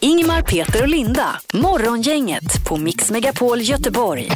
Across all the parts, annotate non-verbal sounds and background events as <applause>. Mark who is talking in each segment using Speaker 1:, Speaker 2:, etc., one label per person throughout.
Speaker 1: Ingemar, Peter och Linda. Morgongänget på Mix Megapol Göteborg.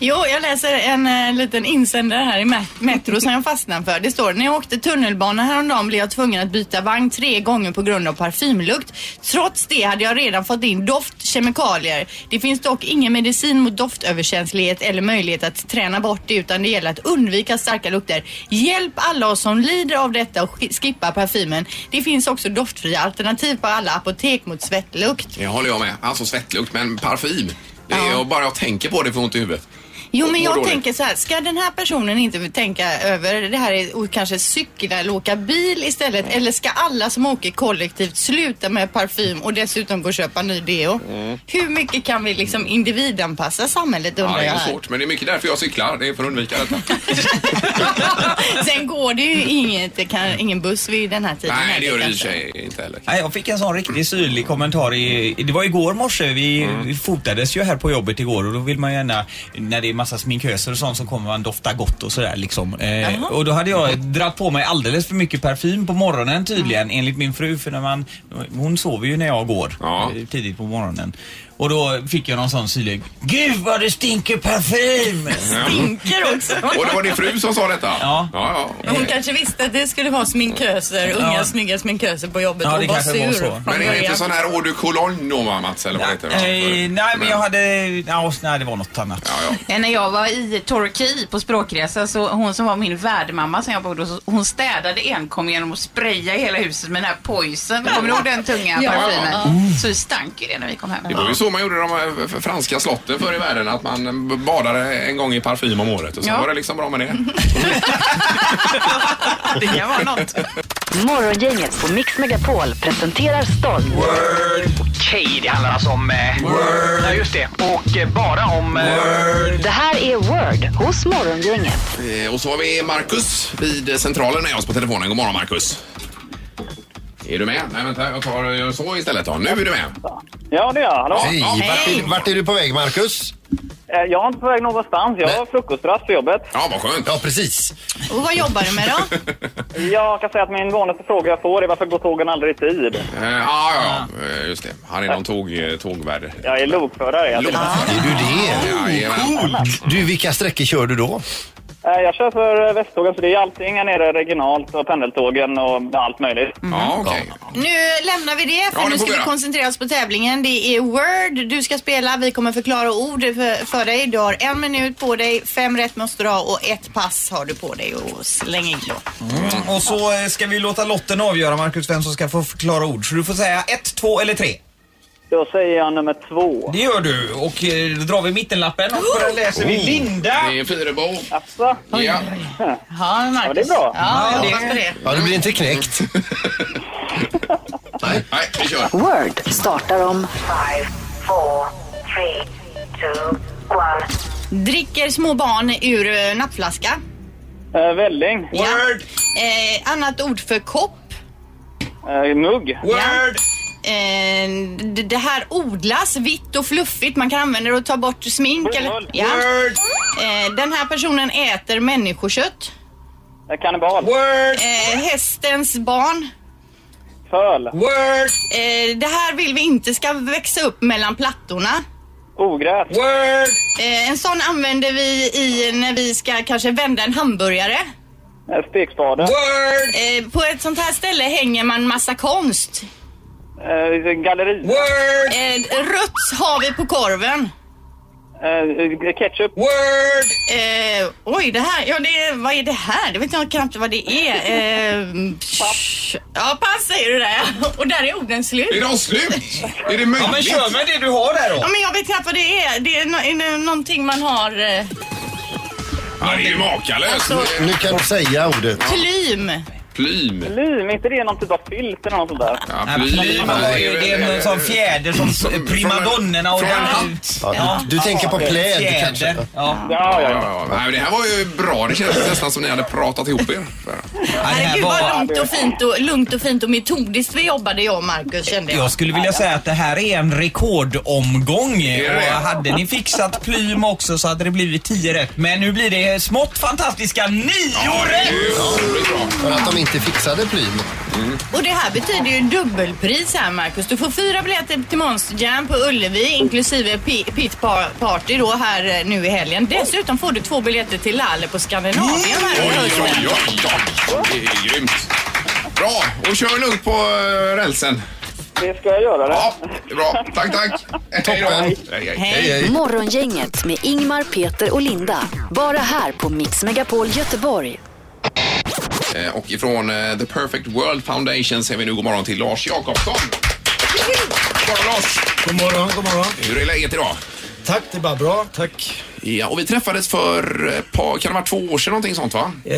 Speaker 2: Jo, jag läser en eh, liten insändare här i Met- Metro som jag fastnade för. Det står, när jag åkte tunnelbana häromdagen blev jag tvungen att byta vagn tre gånger på grund av parfymlukt. Trots det hade jag redan fått in doft, kemikalier. Det finns dock ingen medicin mot doftöverkänslighet eller möjlighet att träna bort det utan det gäller att undvika starka lukter. Hjälp alla oss som lider av detta och sk- skippa parfymen. Det finns också doftfria alternativ på alla apotek mot svettlukt.
Speaker 3: Det håller jag med. Alltså svettlukt, men parfym. Det är,
Speaker 2: Ja.
Speaker 3: jag bara jag tänker på det får ont i huvudet.
Speaker 2: Jo
Speaker 3: Mår
Speaker 2: men jag
Speaker 3: dåligt.
Speaker 2: tänker så här, ska den här personen inte tänka över det här är- och kanske cykla eller åka bil istället?
Speaker 3: Mm.
Speaker 2: Eller ska alla som åker kollektivt sluta med parfym och dessutom gå och köpa ny deo? Hur mycket kan vi liksom individanpassa samhället
Speaker 3: Mm. Ja,
Speaker 2: undrar
Speaker 3: det
Speaker 2: jag
Speaker 3: är
Speaker 2: här.
Speaker 3: svårt, men det är mycket därför jag cyklar. Det är för att undvika
Speaker 2: <laughs>
Speaker 3: detta.
Speaker 2: Sen går det ju inget, det kan, ingen buss vid den här tiden.
Speaker 3: Nej,
Speaker 2: här
Speaker 3: det gör det i och
Speaker 2: kanske.
Speaker 3: för sig inte heller.
Speaker 4: Nej, jag fick en sån riktigt syrlig kommentar i, det var igår morse, vi vi fotades ju här på jobbet igår och då vill man ju gärna, när det är massa sminköser och sånt så kommer man dofta gott och sådär liksom. Eh, och då hade jag dratt på mig alldeles för mycket parfym på morgonen tydligen enligt min fru för när man, hon sover ju när jag går
Speaker 3: Ja.
Speaker 4: eh, tidigt på morgonen. Och då fick jag någon sån syrlig, Gud vad det stinker parfym!
Speaker 2: Stinker också.
Speaker 3: Och det var din fru som sa detta?
Speaker 4: Ja.
Speaker 3: ja, ja.
Speaker 2: Hon kanske visste att det skulle vara sminköser, unga
Speaker 4: Ja.
Speaker 2: snygga sminköser på jobbet
Speaker 4: Ja,
Speaker 2: och
Speaker 4: det
Speaker 2: var
Speaker 4: kanske
Speaker 2: sur
Speaker 4: var så.
Speaker 2: från
Speaker 3: Men är det inte
Speaker 2: början.
Speaker 3: sån här eau de cologne då va, Mats? Eller vad heter det?
Speaker 4: Eh, nej men jag hade, ja, nej det var något annat.
Speaker 3: Ja, ja.
Speaker 5: Nej, Eh, när jag var i Torquay på språkresa så hon som var min värdmamma som jag bodde hos, hon städade enkom genom att spraya hela huset med den här poisen. Kommer du ihåg den tunga
Speaker 2: Ja.
Speaker 5: parfymen? Så det stank ju det när vi kom hem.
Speaker 3: Det var ju så man gjorde de här f- franska slotten förr i världen. Att man eh, badade en gång i parfym om året och sen
Speaker 5: Ja.
Speaker 3: var det liksom bra med det.
Speaker 5: Det kan vara något.
Speaker 1: Morgongänget på Mix Megapol presenterar stolt
Speaker 6: Okej, det handlar alltså om... Eh, Ja, just det. Och eh, bara om... Eh,
Speaker 1: Det här är Word hos Morgongänget.
Speaker 3: Eh, Och så har vi Marcus vid centralen med oss på telefonen. God morgon Marcus. Är du med? Nej vänta, jag tar jag gör så istället då. Nu är du med.
Speaker 7: Ja, det är jag. Hallå.
Speaker 8: Hej! Vart är, vart är du på väg, Marcus?
Speaker 7: Eh, Jag är inte på väg någonstans. Jag har frukostrast på jobbet.
Speaker 3: Ja, vad skönt.
Speaker 8: Ja, precis.
Speaker 2: Och vad jobbar du med då?
Speaker 7: Jag kan säga att min vanligaste fråga jag får är varför går tågen aldrig i tid?
Speaker 3: Eh, Ja, ja, ja. Eh, Just det. Han är någon tåg, eh, tågvärd.
Speaker 7: Jag är lokförare. Jag,
Speaker 3: Lokförare.
Speaker 8: Är du det?
Speaker 3: Jajamän.
Speaker 8: Du, vilka sträckor kör du då?
Speaker 7: Eh, jag kör för eh, Västtågen, så det är allting här nere regionalt och pendeltågen och allt möjligt.
Speaker 3: Ja, okej.
Speaker 2: Nu lämnar vi det för
Speaker 3: Ja, det
Speaker 2: nu
Speaker 3: får
Speaker 2: ska
Speaker 3: vi
Speaker 2: vi
Speaker 3: göra.
Speaker 2: koncentrera oss på tävlingen. Det är Word du ska spela. Vi kommer förklara ord för, för dig. Du har en minut på dig, fem rätt måste du ha och ett pass har du på dig och släng in då.
Speaker 4: Mm, och så eh, ska vi låta lotten avgöra Marcus vem som ska få förklara ord. Så du får säga ett, två eller tre.
Speaker 7: Då säger jag nummer två.
Speaker 4: Det gör du och eh, då drar vi mittenlappen och på den läser vi Linda.
Speaker 3: Det är Fyrebo.
Speaker 7: Jaså?
Speaker 3: Ja.
Speaker 2: Ja, Marcus.
Speaker 7: Ja, det är bra.
Speaker 2: Ja, jag hoppas på det.
Speaker 8: Ja, det blir inte knäckt.
Speaker 3: Nej, nej, vi kör.
Speaker 1: Word startar om
Speaker 2: Dricker små barn ur eh, nappflaska.
Speaker 7: Eh, välling.
Speaker 2: Ja.
Speaker 4: Word,
Speaker 2: Eh, annat ord för kopp.
Speaker 7: Eh, mugg.
Speaker 4: word.
Speaker 2: Eh, d- det här odlas vitt och fluffigt. Man kan använda det och ta bort smink. Eller,
Speaker 7: Bomull.
Speaker 2: ja.
Speaker 4: Word,
Speaker 2: eh, den här personen äter människokött.
Speaker 7: Eh, kannibal.
Speaker 4: word,
Speaker 2: Eh, hästens barn.
Speaker 7: Föl.
Speaker 4: word,
Speaker 2: Eh, det här vill vi inte ska växa upp mellan plattorna.
Speaker 7: Ogräs.
Speaker 4: word,
Speaker 2: Eh, en sån använder vi i när vi ska kanske vända en hamburgare.
Speaker 7: Eh, stekspade.
Speaker 4: word,
Speaker 2: Eh, på ett sånt här ställe hänger man massa konst.
Speaker 7: Eh, galleri.
Speaker 4: word,
Speaker 2: Eh, rött har vi på korven.
Speaker 7: Eh, ketchup.
Speaker 4: word.
Speaker 2: Eh, oj, det här, ja det, vad är det här? Det vet jag knappt vad det är. Eh, pass. Ja, pass säger du där. Och där är orden
Speaker 3: Är
Speaker 2: slut.
Speaker 3: de slut? Är det möjligt?
Speaker 4: Ja men kör med det du har där då.
Speaker 2: Ja, men jag vet knappt vad det är. Det är, no- är det någonting man har. Eh,
Speaker 3: Ja, det är ju makalöst.
Speaker 2: Alltså-
Speaker 8: Nu kan du säga ordet.
Speaker 2: plym.
Speaker 3: Plym.
Speaker 7: Lym. inte det någon typ av filt eller något sånt där?
Speaker 3: Ja,
Speaker 4: Ja, plym,
Speaker 3: alltså,
Speaker 4: det är ju- det är en sån fjäder som
Speaker 3: Som-
Speaker 4: primadonnorna och...
Speaker 3: från en
Speaker 4: den-
Speaker 3: hatt.
Speaker 8: Ja, du, du tänker på pläd kanske?
Speaker 4: Fjäder. Ja.
Speaker 7: Ja,
Speaker 3: Ja,
Speaker 7: ja, ja.
Speaker 3: ja, ja. Nej, det här var ju bra. Det kändes nästan som ni hade pratat ihop er.
Speaker 4: Ja, det här
Speaker 2: Herregud vad
Speaker 4: var...
Speaker 2: lugnt och fint och, lugnt och fint och metodiskt vi jobbade jag och Marcus kände jag.
Speaker 4: Jag skulle vilja säga att det här är en rekordomgång.
Speaker 3: är
Speaker 4: Och
Speaker 3: det.
Speaker 4: hade ni fixat plym också så hade det blivit 10 rätt. Men nu blir det smått fantastiska 9
Speaker 3: Ja, det
Speaker 4: rätt!
Speaker 3: är ju otroligt bra.
Speaker 8: För att de inte fixade Prym.
Speaker 2: Och det här betyder ju dubbelpris här Marcus. Du får fyra biljetter till Monster Jam på Ullevi inklusive pi- Pit par- Party då här eh, nu i helgen. Dessutom får du två biljetter till Lalle på Skandinavien här i
Speaker 3: Oj,
Speaker 2: hösten.
Speaker 3: oj, oj, oj. Det är grymt. Bra, och kör lugnt på eh, rälsen.
Speaker 7: Det ska jag göra. Det.
Speaker 3: Ja, bra. Tack, tack. Hej då.
Speaker 8: Toppen.
Speaker 3: Hej, hej.
Speaker 2: Hej.
Speaker 1: Morgongänget med Ingmar, Peter och Linda. Bara här på Mix Megapol Göteborg.
Speaker 3: Eh, Och ifrån eh, The Perfect World Foundation säger vi nu god morgon till Lars Jakobsson. God morgon Lars!
Speaker 9: God morgon, god morgon.
Speaker 3: Hur är läget idag?
Speaker 9: Tack, det är bara bra. Tack.
Speaker 3: Ja, och vi träffades för ett par, kan det vara två år sedan någonting sånt va?
Speaker 9: Eh,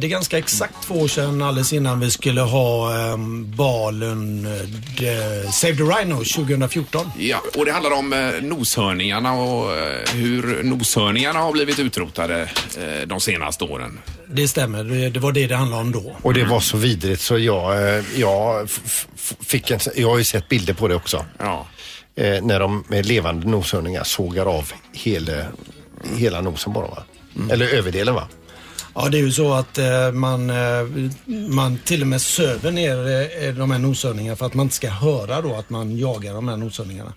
Speaker 9: det är ganska exakt två år sedan alldeles innan vi skulle ha eh, balen eh, de- Save the Rhino 2014.
Speaker 3: Ja, och det handlar om eh, noshörningarna och eh, hur noshörningarna har blivit utrotade eh, de senaste åren.
Speaker 9: Det stämmer, det, det var det det handlade om då.
Speaker 8: Och det var så vidrigt så jag, eh, jag f- f- f- fick en, jag har ju sett bilder på det också.
Speaker 3: Ja.
Speaker 8: Eh, när de med levande noshörningar sågar av hela, hela nosen bara va? Eller överdelen va?
Speaker 9: Ja, det är ju så att eh, man, eh, man till och med söver ner eh, de här noshörningarna för att man inte ska höra då att man jagar de här noshörningarna.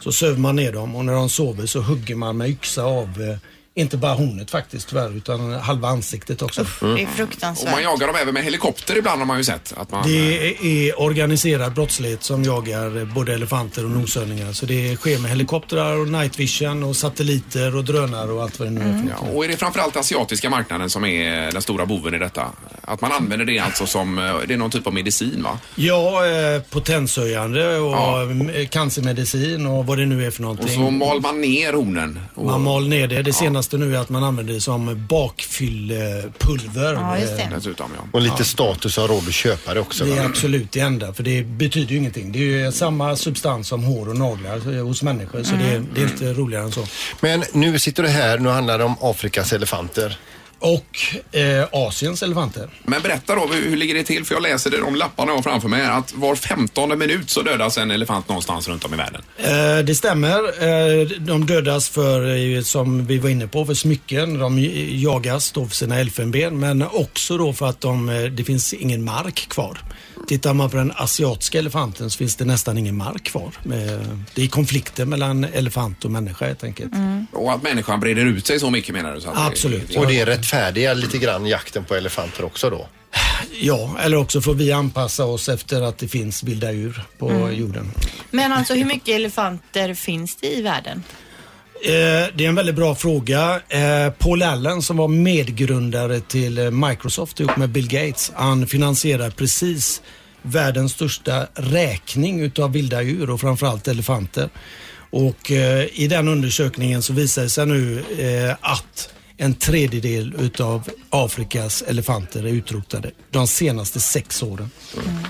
Speaker 9: Så söver man ner dem och när de sover så hugger man med yxa av eh, inte bara hornet faktiskt tyvärr utan halva ansiktet också.
Speaker 8: Mm.
Speaker 2: Det är
Speaker 3: Och man
Speaker 2: fruktansvärt.
Speaker 3: jagar dem även med helikopter ibland har man ju sett. Att man,
Speaker 9: Det är organiserad brottslighet som jagar eh, både elefanter och noshörningar. Så det sker med helikoptrar och night vision och satelliter och drönare och allt vad det nu är. för
Speaker 3: Ja,
Speaker 9: något.
Speaker 3: och är det framförallt asiatiska marknaden som är den stora boven i detta? Att man använder det alltså som, eh, det är någon typ av medicin va?
Speaker 9: Ja, eh, potenshöjande och
Speaker 3: Ja.
Speaker 9: eh, cancermedicin och vad det nu är för
Speaker 3: Och så
Speaker 9: någonting.
Speaker 3: mal man ner hornen. Och,
Speaker 9: Man mal ner det. Det senaste nu är att man använder det som bakfyllpulver.
Speaker 2: Ja, just
Speaker 8: Mm.
Speaker 2: det.
Speaker 3: Dessutom ja.
Speaker 8: Och lite status har råd att köpa det också.
Speaker 9: Det är
Speaker 8: Va?
Speaker 9: absolut det enda, för det betyder ju ingenting. Det är ju samma substans som hår och naglar eh, hos människor, så
Speaker 3: Mm.
Speaker 9: det, det är inte roligare än så.
Speaker 8: Men nu sitter du här, nu handlar det om Afrikas elefanter.
Speaker 9: Och eh, Asiens elefanter.
Speaker 3: Men berätta då, hur hur ligger det till? För jag läser det, de lapparna jag har framför mig här, att var femtonde minut så dödas en elefant någonstans runt om i världen.
Speaker 9: Eh, det stämmer. Eh, de dödas för, eh, som vi var inne på, för smycken. De j- jagas då för sina elfenben men också då för att de, eh, det finns ingen mark kvar. Tittar man på den asiatiska elefanten så finns det nästan ingen mark kvar. Eh, det är konflikter mellan elefant och människa helt enkelt.
Speaker 3: Och att människan breder ut sig så mycket menar du? Så att det-
Speaker 9: Absolut.
Speaker 8: Och det rättfärdigar lite grann jakten på elefanter också då.
Speaker 9: Ja, eller också får vi anpassa oss efter att det finns vilda djur på jorden.
Speaker 2: Men alltså hur mycket elefanter finns det i världen?
Speaker 9: Eh, Det är en väldigt bra fråga. Eh, Paul Allen som var medgrundare till eh, Microsoft ihop med Bill Gates, han finansierar precis världens största räkning utav vilda djur och framförallt elefanter. Och eh, i den undersökningen så visar det sig nu eh, att en tredjedel utav Afrikas elefanter är utrotade de senaste sex åren.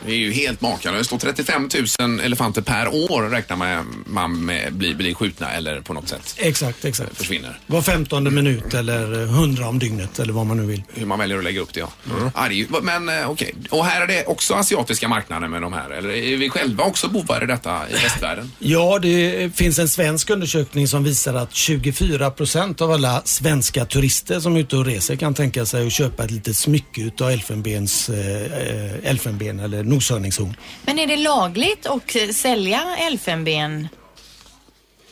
Speaker 3: Det är ju helt makalöst. Och 35 000 elefanter per år räknar man, man med blir, blir skjutna eller på något sätt
Speaker 9: Exakt, exakt.
Speaker 3: försvinner.
Speaker 9: Var femtonde minut eller eh, hundra om dygnet eller vad man nu vill.
Speaker 3: Hur man väljer att lägga upp det ja. ja det är ju, men eh, okej, och här är det också asiatiska marknaden med de här? Eller är vi själva också bovar i detta i västvärlden?
Speaker 9: Ja, det finns en svensk undersökning som visar att 24 procent av alla svenska turister som är ute och reser kan tänka sig att köpa ett litet smycke utav elfenbens, eh, eh, elfenben eller noshörningshorn.
Speaker 2: Men är det lagligt att eh, sälja elfenben?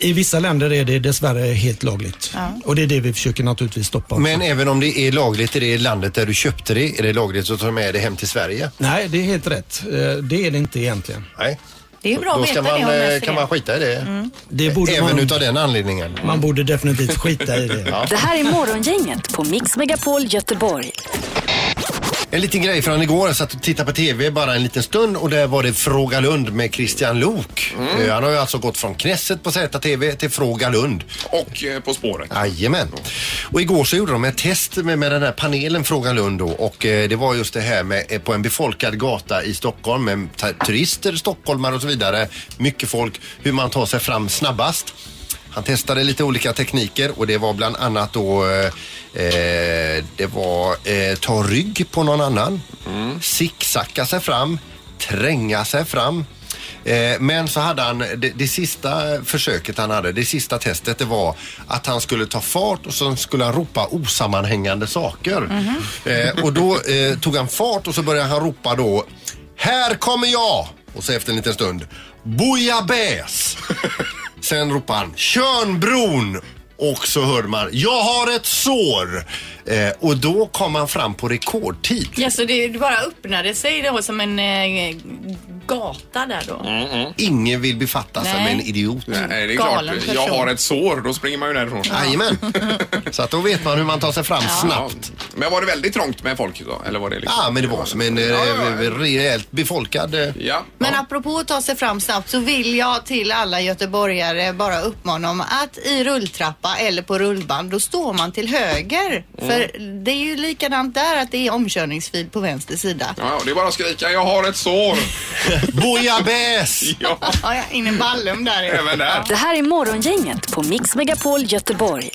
Speaker 9: I vissa länder är det dessvärre helt lagligt och det är det vi försöker naturligtvis stoppa. också.
Speaker 8: Men även om det är lagligt i det landet där du köpte det, är det lagligt att ta med det hem till Sverige?
Speaker 9: Nej, det är helt rätt. Eh, Det är det inte egentligen.
Speaker 8: Nej.
Speaker 2: Det är ju bra
Speaker 8: Då
Speaker 2: att
Speaker 8: ska
Speaker 2: veta det Mm.
Speaker 8: man,
Speaker 2: om
Speaker 8: eh,
Speaker 2: jag
Speaker 8: kan man skita i det.
Speaker 9: Det borde
Speaker 8: Även
Speaker 9: man,
Speaker 8: utav den anledningen.
Speaker 9: man borde definitivt skita
Speaker 8: <laughs>
Speaker 9: i det.
Speaker 1: Det här är Morgongänget på Mix Megapol Göteborg.
Speaker 8: En liten grej från igår. Jag satt och tittade på TV bara en liten stund och där var det Fråga Lund med Christian Lok.
Speaker 9: Mm.
Speaker 8: Eh, Han har ju alltså gått från Knässet på ZTV till Fråga Lund.
Speaker 3: <laughs> Och eh, På spåret.
Speaker 8: Jajamän. Och igår så gjorde de ett test med, med den här panelen Fråga Lund då och eh, det var just det här med eh, på en befolkad gata i Stockholm med ta- turister, stockholmare och så vidare. Mycket folk, hur man tar sig fram snabbast. Han testade lite olika tekniker och det var bland annat då eh, eh, det var eh, ta rygg på någon annan, sicksacka sig fram, tränga sig fram, Eh, Men så hade han, det, det sista försöket han hade, det sista testet, det var att han skulle ta fart och så skulle han ropa osammanhängande saker.
Speaker 2: Mhm.
Speaker 8: Eh, Och då eh, tog han fart och så började han ropa då, här kommer jag! Och så efter en liten stund,
Speaker 2: <laughs>
Speaker 8: bouillabaisse! Sen ropar han Tjörnbron och så hör man Jag har ett sår. Eh, och då kom han fram på rekordtid.
Speaker 2: Ja, så det, det bara öppnade sig då som en eh, gata där då.
Speaker 8: Mm. Ingen vill befatta sig
Speaker 2: Nej.
Speaker 8: med en idiot.
Speaker 3: Nej, det är
Speaker 2: Galen
Speaker 3: klart.
Speaker 2: person.
Speaker 3: Jag har ett sår, då springer man ju därifrån.
Speaker 8: Jajamän. Så att då vet man hur man tar sig fram
Speaker 3: Ja.
Speaker 8: snabbt.
Speaker 3: Men var det väldigt trångt med folk då? Eller var det liksom...
Speaker 8: Ja, men det var som en eh,
Speaker 3: Ja, ja, ja.
Speaker 8: rejält befolkad... eh,
Speaker 3: Ja.
Speaker 2: Men apropå att ta sig fram snabbt så vill jag till alla göteborgare bara uppmana om att i rulltrappa eller på rullband då står man till höger.
Speaker 8: Mm.
Speaker 2: För det är ju likadant där att det är omkörningsfil på vänster sida.
Speaker 3: Ja, ja, det är bara att skrika jag har ett sår. <laughs>
Speaker 8: Bouillabaisse!
Speaker 3: Ja,
Speaker 2: Ja, ja, in i Ballum där. är det.
Speaker 3: även där.
Speaker 1: Det här är Morgongänget på Mix Megapol Göteborg.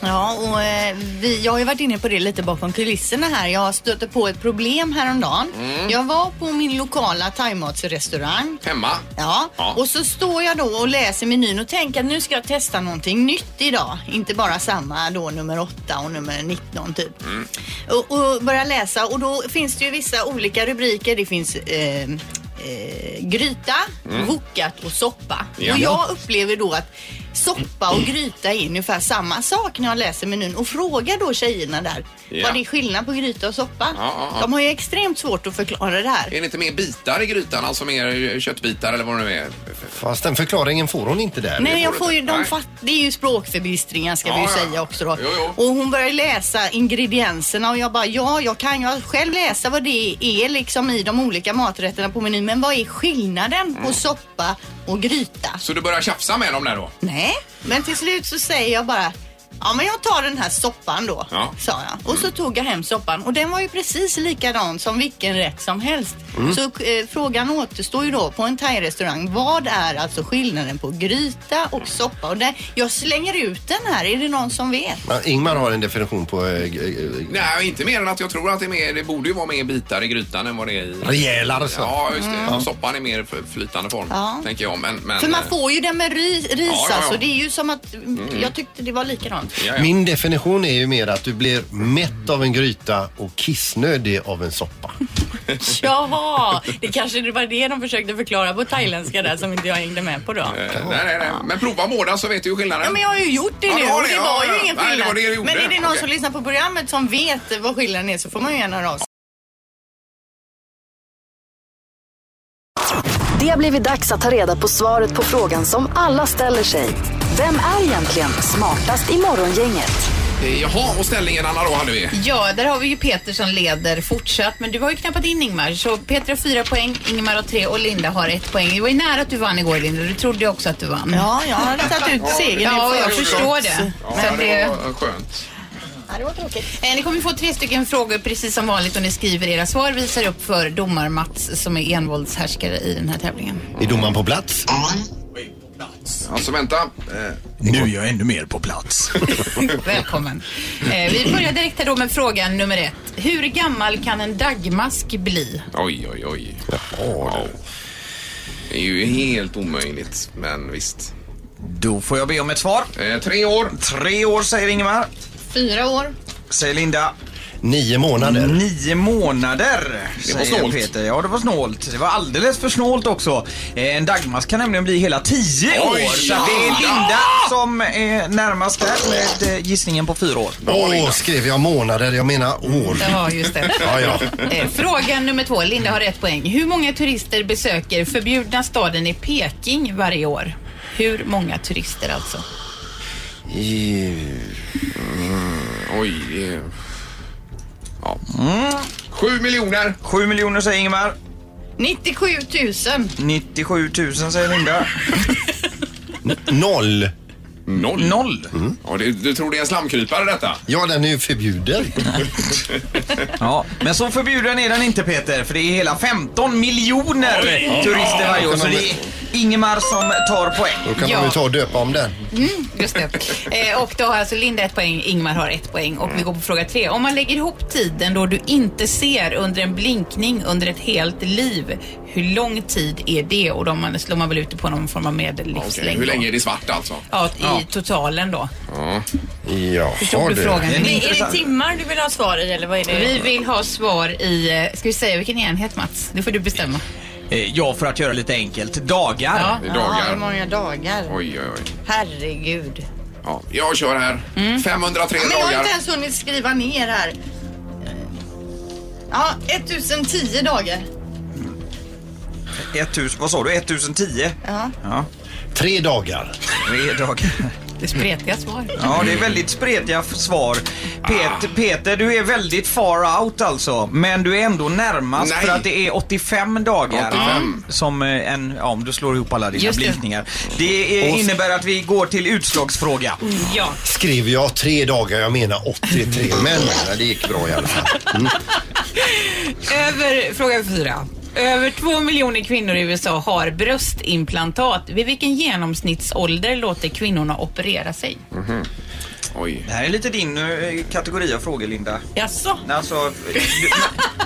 Speaker 2: Ja, och eh, vi, jag har ju varit inne på det lite bakom kulisserna här. Jag stötte på ett problem häromdagen. Jag var på min lokala thaimatsrestaurang.
Speaker 3: Hemma.
Speaker 2: Ja.
Speaker 3: Ja.
Speaker 2: och så står jag då och läser menyn och tänker att nu ska jag testa någonting nytt idag. Inte bara samma då nummer 8 och nummer 19 typ.
Speaker 3: Mm.
Speaker 2: Och, och börjar läsa och då finns det ju vissa olika rubriker. Det finns eh, eh, gryta, vokat och soppa.
Speaker 3: Mm. Ja.
Speaker 2: Och jag upplever då att soppa och gryta är ungefär samma sak när jag läser menyn och frågar då tjejerna där
Speaker 3: Ja.
Speaker 2: vad det är skillnad på gryta och soppa.
Speaker 3: Ja, ja, ja.
Speaker 2: De har ju extremt svårt att förklara det här.
Speaker 3: Är det inte mer bitar i grytan? Alltså mer köttbitar eller vad det nu är?
Speaker 8: Fast den förklaringen får hon inte där.
Speaker 2: Nej, jag
Speaker 3: du
Speaker 2: får ju,
Speaker 3: inte.
Speaker 2: de
Speaker 3: Nej.
Speaker 2: fatt, det är ju språkförbistringar ska vi ju
Speaker 3: Ja, ja.
Speaker 2: säga också då.
Speaker 3: Jo, jo.
Speaker 2: Och hon börjar läsa ingredienserna och jag bara ja, jag kan ju själv läsa vad det är liksom i de olika maträtterna på menyn. Men vad är skillnaden
Speaker 3: Mm.
Speaker 2: på soppa och gryta?
Speaker 3: Så du börjar tjafsa med dem där då?
Speaker 2: Nej, men till slut så säger jag bara Ja men jag tar den här soppan då,
Speaker 3: Ja.
Speaker 2: sa jag. Och så tog jag hem soppan och den var ju precis likadan som vilken rätt som helst.
Speaker 3: Mm.
Speaker 2: Så eh, frågan återstår ju då på en thai-restaurang. Vad är alltså skillnaden på gryta och soppa? Och det, jag slänger ut den här, är det någon som vet?
Speaker 8: Ja, Ingmar har en definition på... eh, g- g-
Speaker 3: Nej, inte mer än att jag tror att det är mer, det borde ju vara mer bitar i grytan än vad det är i...
Speaker 8: Rejälare så.
Speaker 3: Ja, just det. Soppan är mer f- flytande form,
Speaker 2: Ja.
Speaker 3: tänker jag. Men, men,
Speaker 2: För man får ju den med ris, ris
Speaker 3: Ja, Mm. ja, ja.
Speaker 2: alltså. Det är ju som att jag tyckte det var likadant.
Speaker 3: Ja, ja.
Speaker 8: Min definition är ju mer att du blir mätt av en gryta och kissnödig av en soppa.
Speaker 2: Jaha, det kanske var det de försökte förklara på thailändska där som inte jag hängde med på då.
Speaker 3: Eh, Nej, nej, nej. Men prova båda så vet du ju skillnaden.
Speaker 2: Ja, men jag har ju gjort det
Speaker 3: Ja,
Speaker 2: nu
Speaker 3: du har
Speaker 2: och
Speaker 3: det,
Speaker 2: det
Speaker 3: ja,
Speaker 2: var
Speaker 3: ja.
Speaker 2: ju ingen
Speaker 3: Nej, det
Speaker 2: skillnad.
Speaker 3: var det du gjorde.
Speaker 2: Men är det någon
Speaker 3: Okej.
Speaker 2: som lyssnar på programmet som vet vad skillnaden är så får man ju gärna höra av sig.
Speaker 1: Det har blivit dags att ta reda på svaret på frågan som alla ställer sig. Vem är egentligen smartast i Morgongänget?
Speaker 3: Eh, Jaha, och ställningen Anna då hade vi.
Speaker 5: Ja, där har vi ju Peter som leder fortsatt. Men du har ju knappat in Ingmar. Så Peter har fyra poäng, Ingmar har tre och Linda har ett poäng. Det var ju nära att du vann igår Linda. Du trodde ju också att du vann.
Speaker 2: Ja, jag har tagit ut segern.
Speaker 5: Ja,
Speaker 2: i
Speaker 5: jag
Speaker 2: förskott.
Speaker 5: förstår det.
Speaker 3: Ja,
Speaker 5: Så att
Speaker 3: det
Speaker 5: det...
Speaker 3: var eh, skönt.
Speaker 2: Ja, det var tråkigt.
Speaker 5: Eh, Ni kommer få tre stycken frågor precis som vanligt och ni skriver era svar. Visar upp för domar-Mats som är envåldshärskare i den här tävlingen.
Speaker 8: Är domaren på plats?
Speaker 3: Alltså vänta. Eh,
Speaker 4: Nu är jag ännu mer på plats.
Speaker 5: Välkommen. Eh, vi börjar direkt här då med frågan nummer ett. Hur gammal kan en dagmask bli?
Speaker 3: Oj, oj, oj. Ja. Det är ju helt omöjligt, men visst.
Speaker 4: Då får jag be om ett svar.
Speaker 3: Eh, tre år.
Speaker 4: Tre år säger Ingemar.
Speaker 2: Fyra år.
Speaker 4: Säger Linda.
Speaker 8: Nio månader.
Speaker 3: Mm.
Speaker 4: Nio månader.
Speaker 3: Det var
Speaker 4: säger
Speaker 3: snålt.
Speaker 4: Peter. Ja, det var snålt. Det var alldeles för snålt också. Eh, En dagmask kan nämligen bli hela tio
Speaker 3: Oj,
Speaker 4: år. Så
Speaker 3: ja.
Speaker 4: det är Linda som är närmast där med eh, gissningen på fyra år.
Speaker 8: Åh, skrev jag månader? Jag menar år.
Speaker 5: Ja, just det.
Speaker 8: Ja, ja.
Speaker 5: Eh, Fråga nummer två. Linda har rätt poäng. Hur många turister besöker förbjudna staden i Peking varje år? Hur många turister alltså?
Speaker 3: Eh, Oj. det- Ja. Mm. Sju miljoner.
Speaker 4: Sju miljoner säger Ingemar.
Speaker 2: 97 000.
Speaker 4: 97 000 säger Linda.
Speaker 8: Noll.
Speaker 3: Noll.
Speaker 4: Noll.
Speaker 3: Ja, du, du tror det är en slamkrypare detta?
Speaker 8: Ja, den är ju förbjuden.
Speaker 4: Ja, men så förbjuden är den inte Peter, för det är hela 15 miljoner
Speaker 3: Oj.
Speaker 4: turister varje då, så det är Ingemar som tar poäng.
Speaker 8: Då kan
Speaker 5: Ja.
Speaker 8: man ju ta och döpa om den.
Speaker 5: Mm, just det. Eh, och då har alltså Linda ett poäng, Ingmar har ett poäng och vi går på fråga tre. Om man lägger ihop tiden då du inte ser under en blinkning under ett helt liv, hur lång tid är det? Och då man, slår man väl ut det på någon form av
Speaker 3: Okej,
Speaker 5: medellivslängd.
Speaker 3: Hur
Speaker 5: då.
Speaker 3: länge är det svart alltså?
Speaker 5: Ja, i totalen då.
Speaker 3: Ja.
Speaker 5: Förstod du frågan?
Speaker 2: Men är det timmar du vill ha svar i eller vad är det?
Speaker 5: Vi vill ha svar i, eh, ska vi säga vilken enhet Mats? Det får du bestämma.
Speaker 4: Eh, Ja, för att göra lite enkelt. Dagar.
Speaker 2: Ja, hur många dagar?
Speaker 3: Oj, oj, oj.
Speaker 2: Herregud.
Speaker 3: Ja, jag kör här. 503
Speaker 2: Men jag har
Speaker 3: dagar.
Speaker 2: inte ens hunnit skriva ner här. Ja, 1010 dagar.
Speaker 4: 1000, vad sa du? 1010?
Speaker 2: Ja.
Speaker 4: Ja.
Speaker 8: Tre dagar.
Speaker 4: Tre dagar.
Speaker 5: Det är spretiga svar.
Speaker 4: Ja, det är väldigt spretiga f- svar. Peter, Peter, du är väldigt far out alltså. Men du är ändå närmast
Speaker 3: Nej.
Speaker 4: för att det är 85 dagar.
Speaker 3: 85.
Speaker 4: Som eh, en, ja, om du slår ihop alla dina
Speaker 5: Just det.
Speaker 4: blinkningar. Det är,
Speaker 8: Och-
Speaker 4: innebär att vi går till utslagsfråga.
Speaker 5: Ja.
Speaker 8: Skriver jag tre dagar, jag menar 83. Men men, Mm. det gick bra i alla fall.
Speaker 5: Över, fråga fyra. Över två miljoner kvinnor i USA har bröstimplantat. Vid vilken genomsnittsålder låter kvinnorna operera sig?
Speaker 3: Oj.
Speaker 4: Det här är lite din eh, kategori av frågor, Linda.
Speaker 5: Jaså?
Speaker 4: Alltså, du,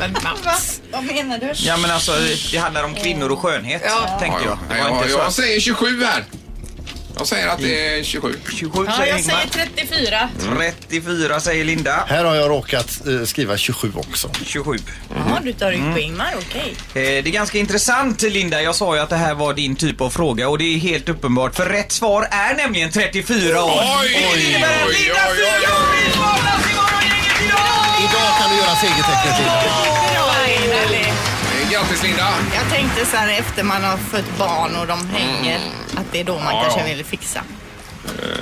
Speaker 5: Men
Speaker 2: Va?
Speaker 5: Mats?
Speaker 2: Vad menar du?
Speaker 4: ja, men alltså, det handlar om kvinnor och skönhet,
Speaker 5: Ja.
Speaker 4: tänkte jag.
Speaker 3: Ja,
Speaker 4: Det
Speaker 3: ja.
Speaker 4: var
Speaker 3: Jag,
Speaker 4: inte så.
Speaker 3: jag säger 27 här. Jag säger att det är 27.
Speaker 4: 27
Speaker 2: Ja,
Speaker 4: säger
Speaker 2: jag
Speaker 4: Ingmar.
Speaker 2: säger 34.
Speaker 4: Mm. 34 säger Linda.
Speaker 8: Här har jag råkat eh, skriva 27 också.
Speaker 4: 27.
Speaker 2: Ja, du tar ut på Ingmar, okej.
Speaker 4: Eh, Det är ganska intressant Linda, jag sa ju att det här var din typ av fråga och det är helt uppenbart för rätt svar är nämligen 34 år.
Speaker 3: Oj,
Speaker 4: Det innebär att
Speaker 3: oj,
Speaker 4: Linda
Speaker 3: oj, oj,
Speaker 4: fyra år i Smartast i morgongänget idag!
Speaker 8: Idag kan du göra segertecknet till.
Speaker 2: Finally.
Speaker 3: Eh, Grattis Linda!
Speaker 2: Jag tänkte så här efter man har fött barn och de hänger, att det är då man
Speaker 3: Mm. Ja, Eh,
Speaker 2: kanske
Speaker 3: ja.
Speaker 2: vill fixa.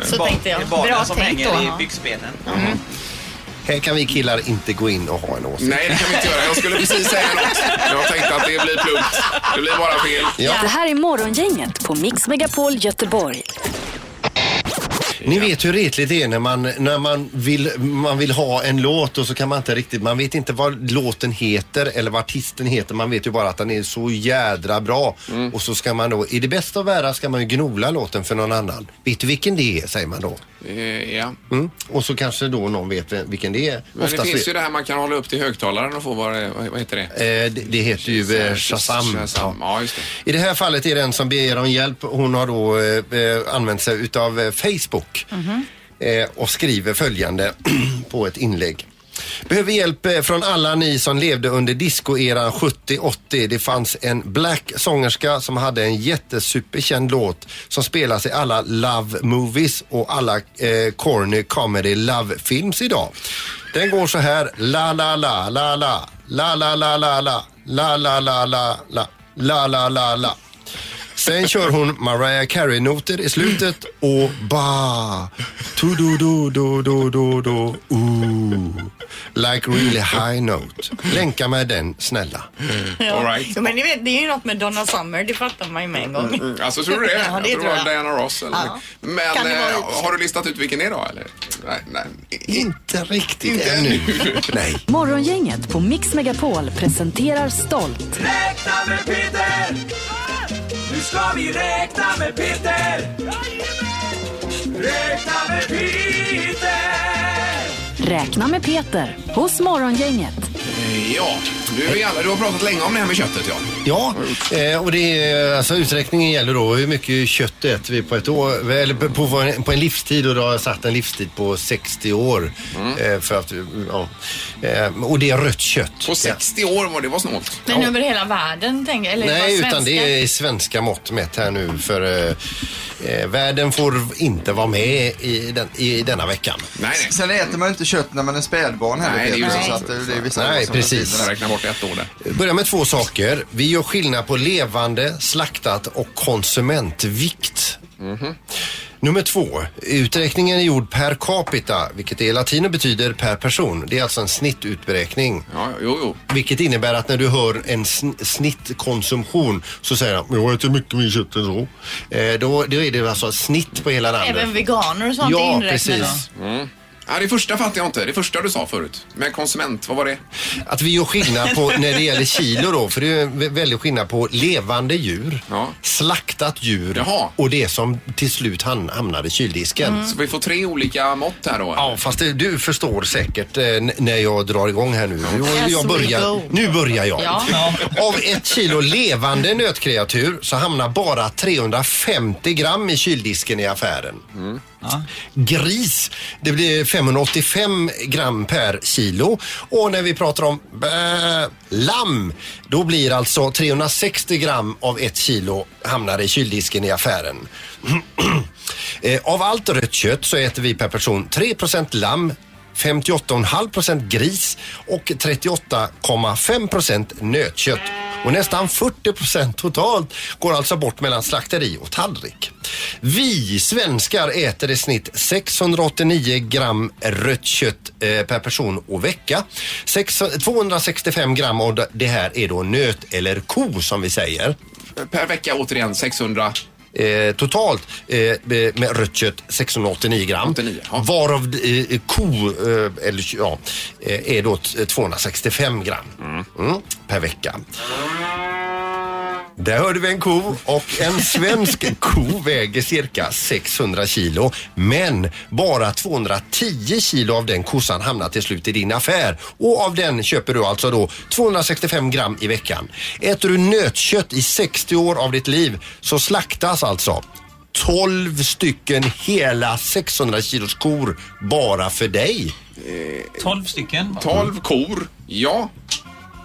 Speaker 2: Så
Speaker 4: Barn-
Speaker 2: tänkte jag.
Speaker 4: det är barnen
Speaker 2: Bra
Speaker 4: som
Speaker 2: tänkt
Speaker 4: hänger i
Speaker 2: då.
Speaker 4: byxbenen.
Speaker 8: Här kan vi killar inte gå in och ha en åsikt.
Speaker 3: Nej, det kan vi inte göra. Jag skulle precis säga något. Jag tänkte att det blir plumpt. Det blir bara fel.
Speaker 1: Det här är Morgongänget på Mix Megapol Göteborg.
Speaker 8: Ni vet hur retligt det är när man, när man, vill, man vill ha en låt och så kan man inte riktigt, man vet inte vad låten heter eller vad artisten heter. Man vet ju bara att den är så jädra bra.
Speaker 3: Mm.
Speaker 8: Och så ska man då, i det bästa av världar ska man ju gnola låten för någon annan. Vet du vilken det är, säger man då.
Speaker 3: Eh, Ja.
Speaker 8: Mm. Och så kanske då någon vet vem- vilken det är.
Speaker 3: Men det
Speaker 8: Oftast
Speaker 3: finns ju
Speaker 8: vet,
Speaker 3: det här man kan hålla upp till högtalaren och få vad, det- vad vad heter det?
Speaker 8: eh, det, det heter ju eh, Shazam.
Speaker 3: Shazam. Ja, just det.
Speaker 8: I det här fallet är det en som ber om hjälp. Hon har då eh, eh, använt sig utav eh, Facebook eh, och skriver följande <clears throat> på ett inlägg. Behöver hjälp eh, från alla ni som levde under discoeran 70-80. Det fanns en black sångerska som hade en jättesuperkänd låt som spelas i alla love movies och alla eh, corny comedy love films idag. Den går så här. La la la la la la la la la la la la la la la La, la, la, la. Sen kör hon Mariah Carey-noter i slutet och ba. Tu do do do do do do ooh. Like really high note. Länka mig den snälla.
Speaker 3: All right.
Speaker 2: <laughs> Ja, men ni vet, det är ju något med Donna Summer, det fattar man ju med en gång.
Speaker 3: Mm, Alltså tror du det?
Speaker 2: <laughs> Ja, det
Speaker 3: jag tror
Speaker 2: tror
Speaker 3: det var
Speaker 2: jag.
Speaker 3: Diana Ross eller
Speaker 2: Ja. Kan
Speaker 3: Men
Speaker 2: det vara
Speaker 3: eh,
Speaker 2: lite-
Speaker 3: har du listat ut vilken det är då eller? Nej, nej.
Speaker 8: Inte riktigt ännu. Nej.
Speaker 1: Morgongänget på Mix Megapol presenterar stolt
Speaker 4: Räkna med Peter! Nu ska vi räkna med Peter! Räkna med Peter!
Speaker 1: Räkna med Peter hos Morgongänget.
Speaker 3: Eh, Ja, du, är vi alla, du har pratat länge om det här med köttet ja.
Speaker 8: Ja, eh, och det är, alltså, uträkningen gäller då hur mycket kött äter vi på ett år, eller på, på, en, på en livstid och då har jag satt en livstid på 60 år. Eh, för att, ja. eh, och det är rött kött.
Speaker 3: På
Speaker 8: Ja.
Speaker 3: 60 år var det var snålt.
Speaker 2: Men över hela världen, tänker jag. Eller bara
Speaker 8: Nej, utan
Speaker 2: svenska.
Speaker 8: det är svenska mått mätt här nu för eh, eh, världen får inte vara med i, den, i denna veckan.
Speaker 3: Nej, nej.
Speaker 10: Sen äter man ju inte kött när man är spädbarn heller.
Speaker 3: Nej, det är ju
Speaker 10: Peter,
Speaker 3: sant.
Speaker 10: så att det, det är vissa
Speaker 8: Nej,
Speaker 10: som har
Speaker 8: precis.
Speaker 10: tid med det
Speaker 3: Jag
Speaker 10: här.
Speaker 3: räknar bort ett år där.
Speaker 8: Börja med två saker. Vi gör skillnad på levande, slaktat och konsumentvikt. Mm-hmm. Nummer två. Uträkningen är gjord per capita, vilket i latino betyder per person. Det är alltså en snittuträkning.
Speaker 3: Ja, jo, jo.
Speaker 8: Vilket innebär att när du hör en sn- snittkonsumtion så säger de jag äter mycket mer kött än så. Eh, då, då är det alltså snitt på hela landet.
Speaker 2: Även veganer och sånt är
Speaker 8: Ja,
Speaker 2: inräknade.
Speaker 8: precis.
Speaker 3: Ja, det första fattar jag inte. Det första du sa förut. Men konsument, vad var det?
Speaker 8: Att vi gör skillnad på, när det gäller kilo då, för det är ju en vä- väldig skillnad på levande djur, slaktat djur
Speaker 3: Jaha.
Speaker 8: och det som till slut ham- hamnar i kyldisken.
Speaker 3: Så vi får tre olika mått här då?
Speaker 8: Ja, fast det, du förstår säkert eh, n- när jag drar igång här nu. Jag,
Speaker 3: As
Speaker 8: jag
Speaker 3: we
Speaker 8: börjar,
Speaker 3: go.
Speaker 8: nu börjar jag.
Speaker 3: Ja.
Speaker 8: Av ett kilo levande nötkreatur så hamnar bara 350 gram i kyldisken i affären.
Speaker 3: Mm.
Speaker 8: Gris, det blir 585 gram per kilo. Och när vi pratar om bä, lamm, då blir alltså 360 gram av ett kilo hamnar i kyldisken i affären. Eh, Av allt rött kött så äter vi per person 3 lamm, 58,5 gris och 38,5 nötkött. Och nästan 40 totalt går alltså bort mellan slakteri och tallrik. Vi svenskar äter i snitt 689 gram rött kött eh, per person och vecka. Sex- 265 gram av det här är då nöt eller ko som vi säger.
Speaker 3: Per vecka återigen 600?
Speaker 8: Eh, totalt eh, med rött kött 689 gram. Varav eh, ko eh, eller, ja, eh, är då t- 265 gram Mm, per vecka. Där hörde vi en ko och en svensk ko väger cirka 600 kilo. Men bara 210 kilo av den kossan hamnar till slut i din affär. Och av den köper du alltså då 265 gram i veckan. Äter du nötkött i 60 år av ditt liv så slaktas alltså 12 stycken hela 600 kilos kor bara för dig.
Speaker 11: 12 stycken?
Speaker 3: 12 kor, ja.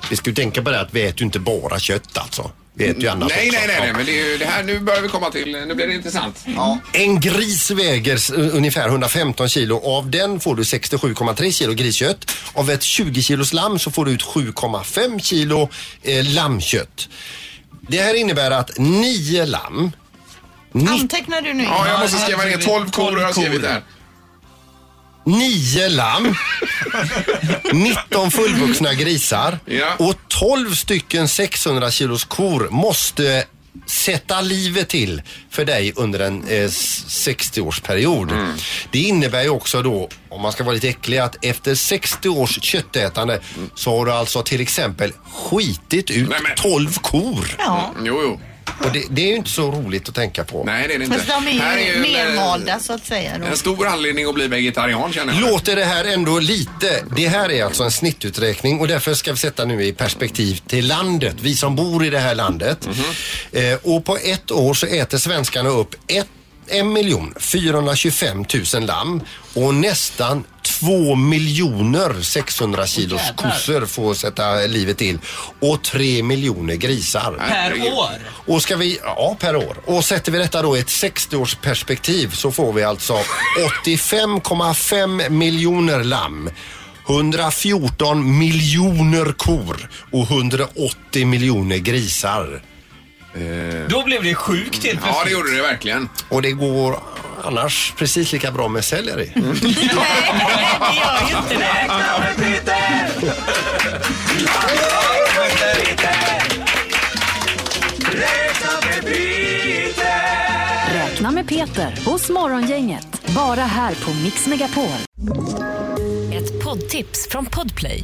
Speaker 8: Vi ska ju tänka på det att vi äter ju inte bara kött alltså. Vi äter ju annat
Speaker 3: nej,
Speaker 8: också.
Speaker 3: nej, nej, nej, men det, är ju, det här, nu börjar vi komma till, nu blir det intressant. Ja.
Speaker 8: En gris väger s- ungefär 115 kilo. Av den får du 67,3 kilo griskött. Av ett 20 kilos lamm så får du ut 7,5 kilo eh, lammkött. Det här innebär att 9 lamm,
Speaker 2: Antecknar du nu?
Speaker 3: Ja, jag måste skriva ner 12 kor har jag skrivit där.
Speaker 8: 9 lamm, 19 fullvuxna grisar och 12 stycken 600 kilos kor måste sätta livet till för dig under en eh, s- 60-årsperiod. Det innebär ju också då, om man ska vara lite äcklig, att efter 60 års köttätande så har du alltså till exempel skitit ut 12 kor.
Speaker 2: Ja.
Speaker 3: Jo, jo.
Speaker 8: Och det, det är ju inte så roligt att tänka på.
Speaker 3: Nej, det är det inte.
Speaker 2: Fast de
Speaker 3: Här
Speaker 2: är
Speaker 3: är
Speaker 2: ju
Speaker 3: ju eh,
Speaker 2: nermalda så att säga. Då.
Speaker 3: En stor anledning att bli vegetarian känner jag.
Speaker 8: Låter det här ändå lite? Det här är alltså en snittuträkning och därför ska vi sätta nu i perspektiv till landet. Vi som bor i det här landet. Eh, och på ett år så äter svenskarna upp ett 1 miljon 425 000 lamm och nästan 2 miljoner 600 kilos
Speaker 11: Jävlar.
Speaker 8: kossor får sätta livet till och 3 miljoner grisar.
Speaker 11: Per år?
Speaker 8: Och ska vi, ja per år. Och sätter vi detta då i ett 60-årsperspektiv så får vi alltså 85,5 miljoner lamm. 114 miljoner kor och 180 miljoner grisar.
Speaker 11: Då blev det sjukt helt
Speaker 3: Ja, det gjorde det verkligen.
Speaker 8: Och det går annars precis lika bra med selleri.
Speaker 2: Det gör ju inte det.
Speaker 1: Räkna med Peter hos Morgongänget. Bara här på Mix Megapol.
Speaker 12: Ett poddtips från Podplay.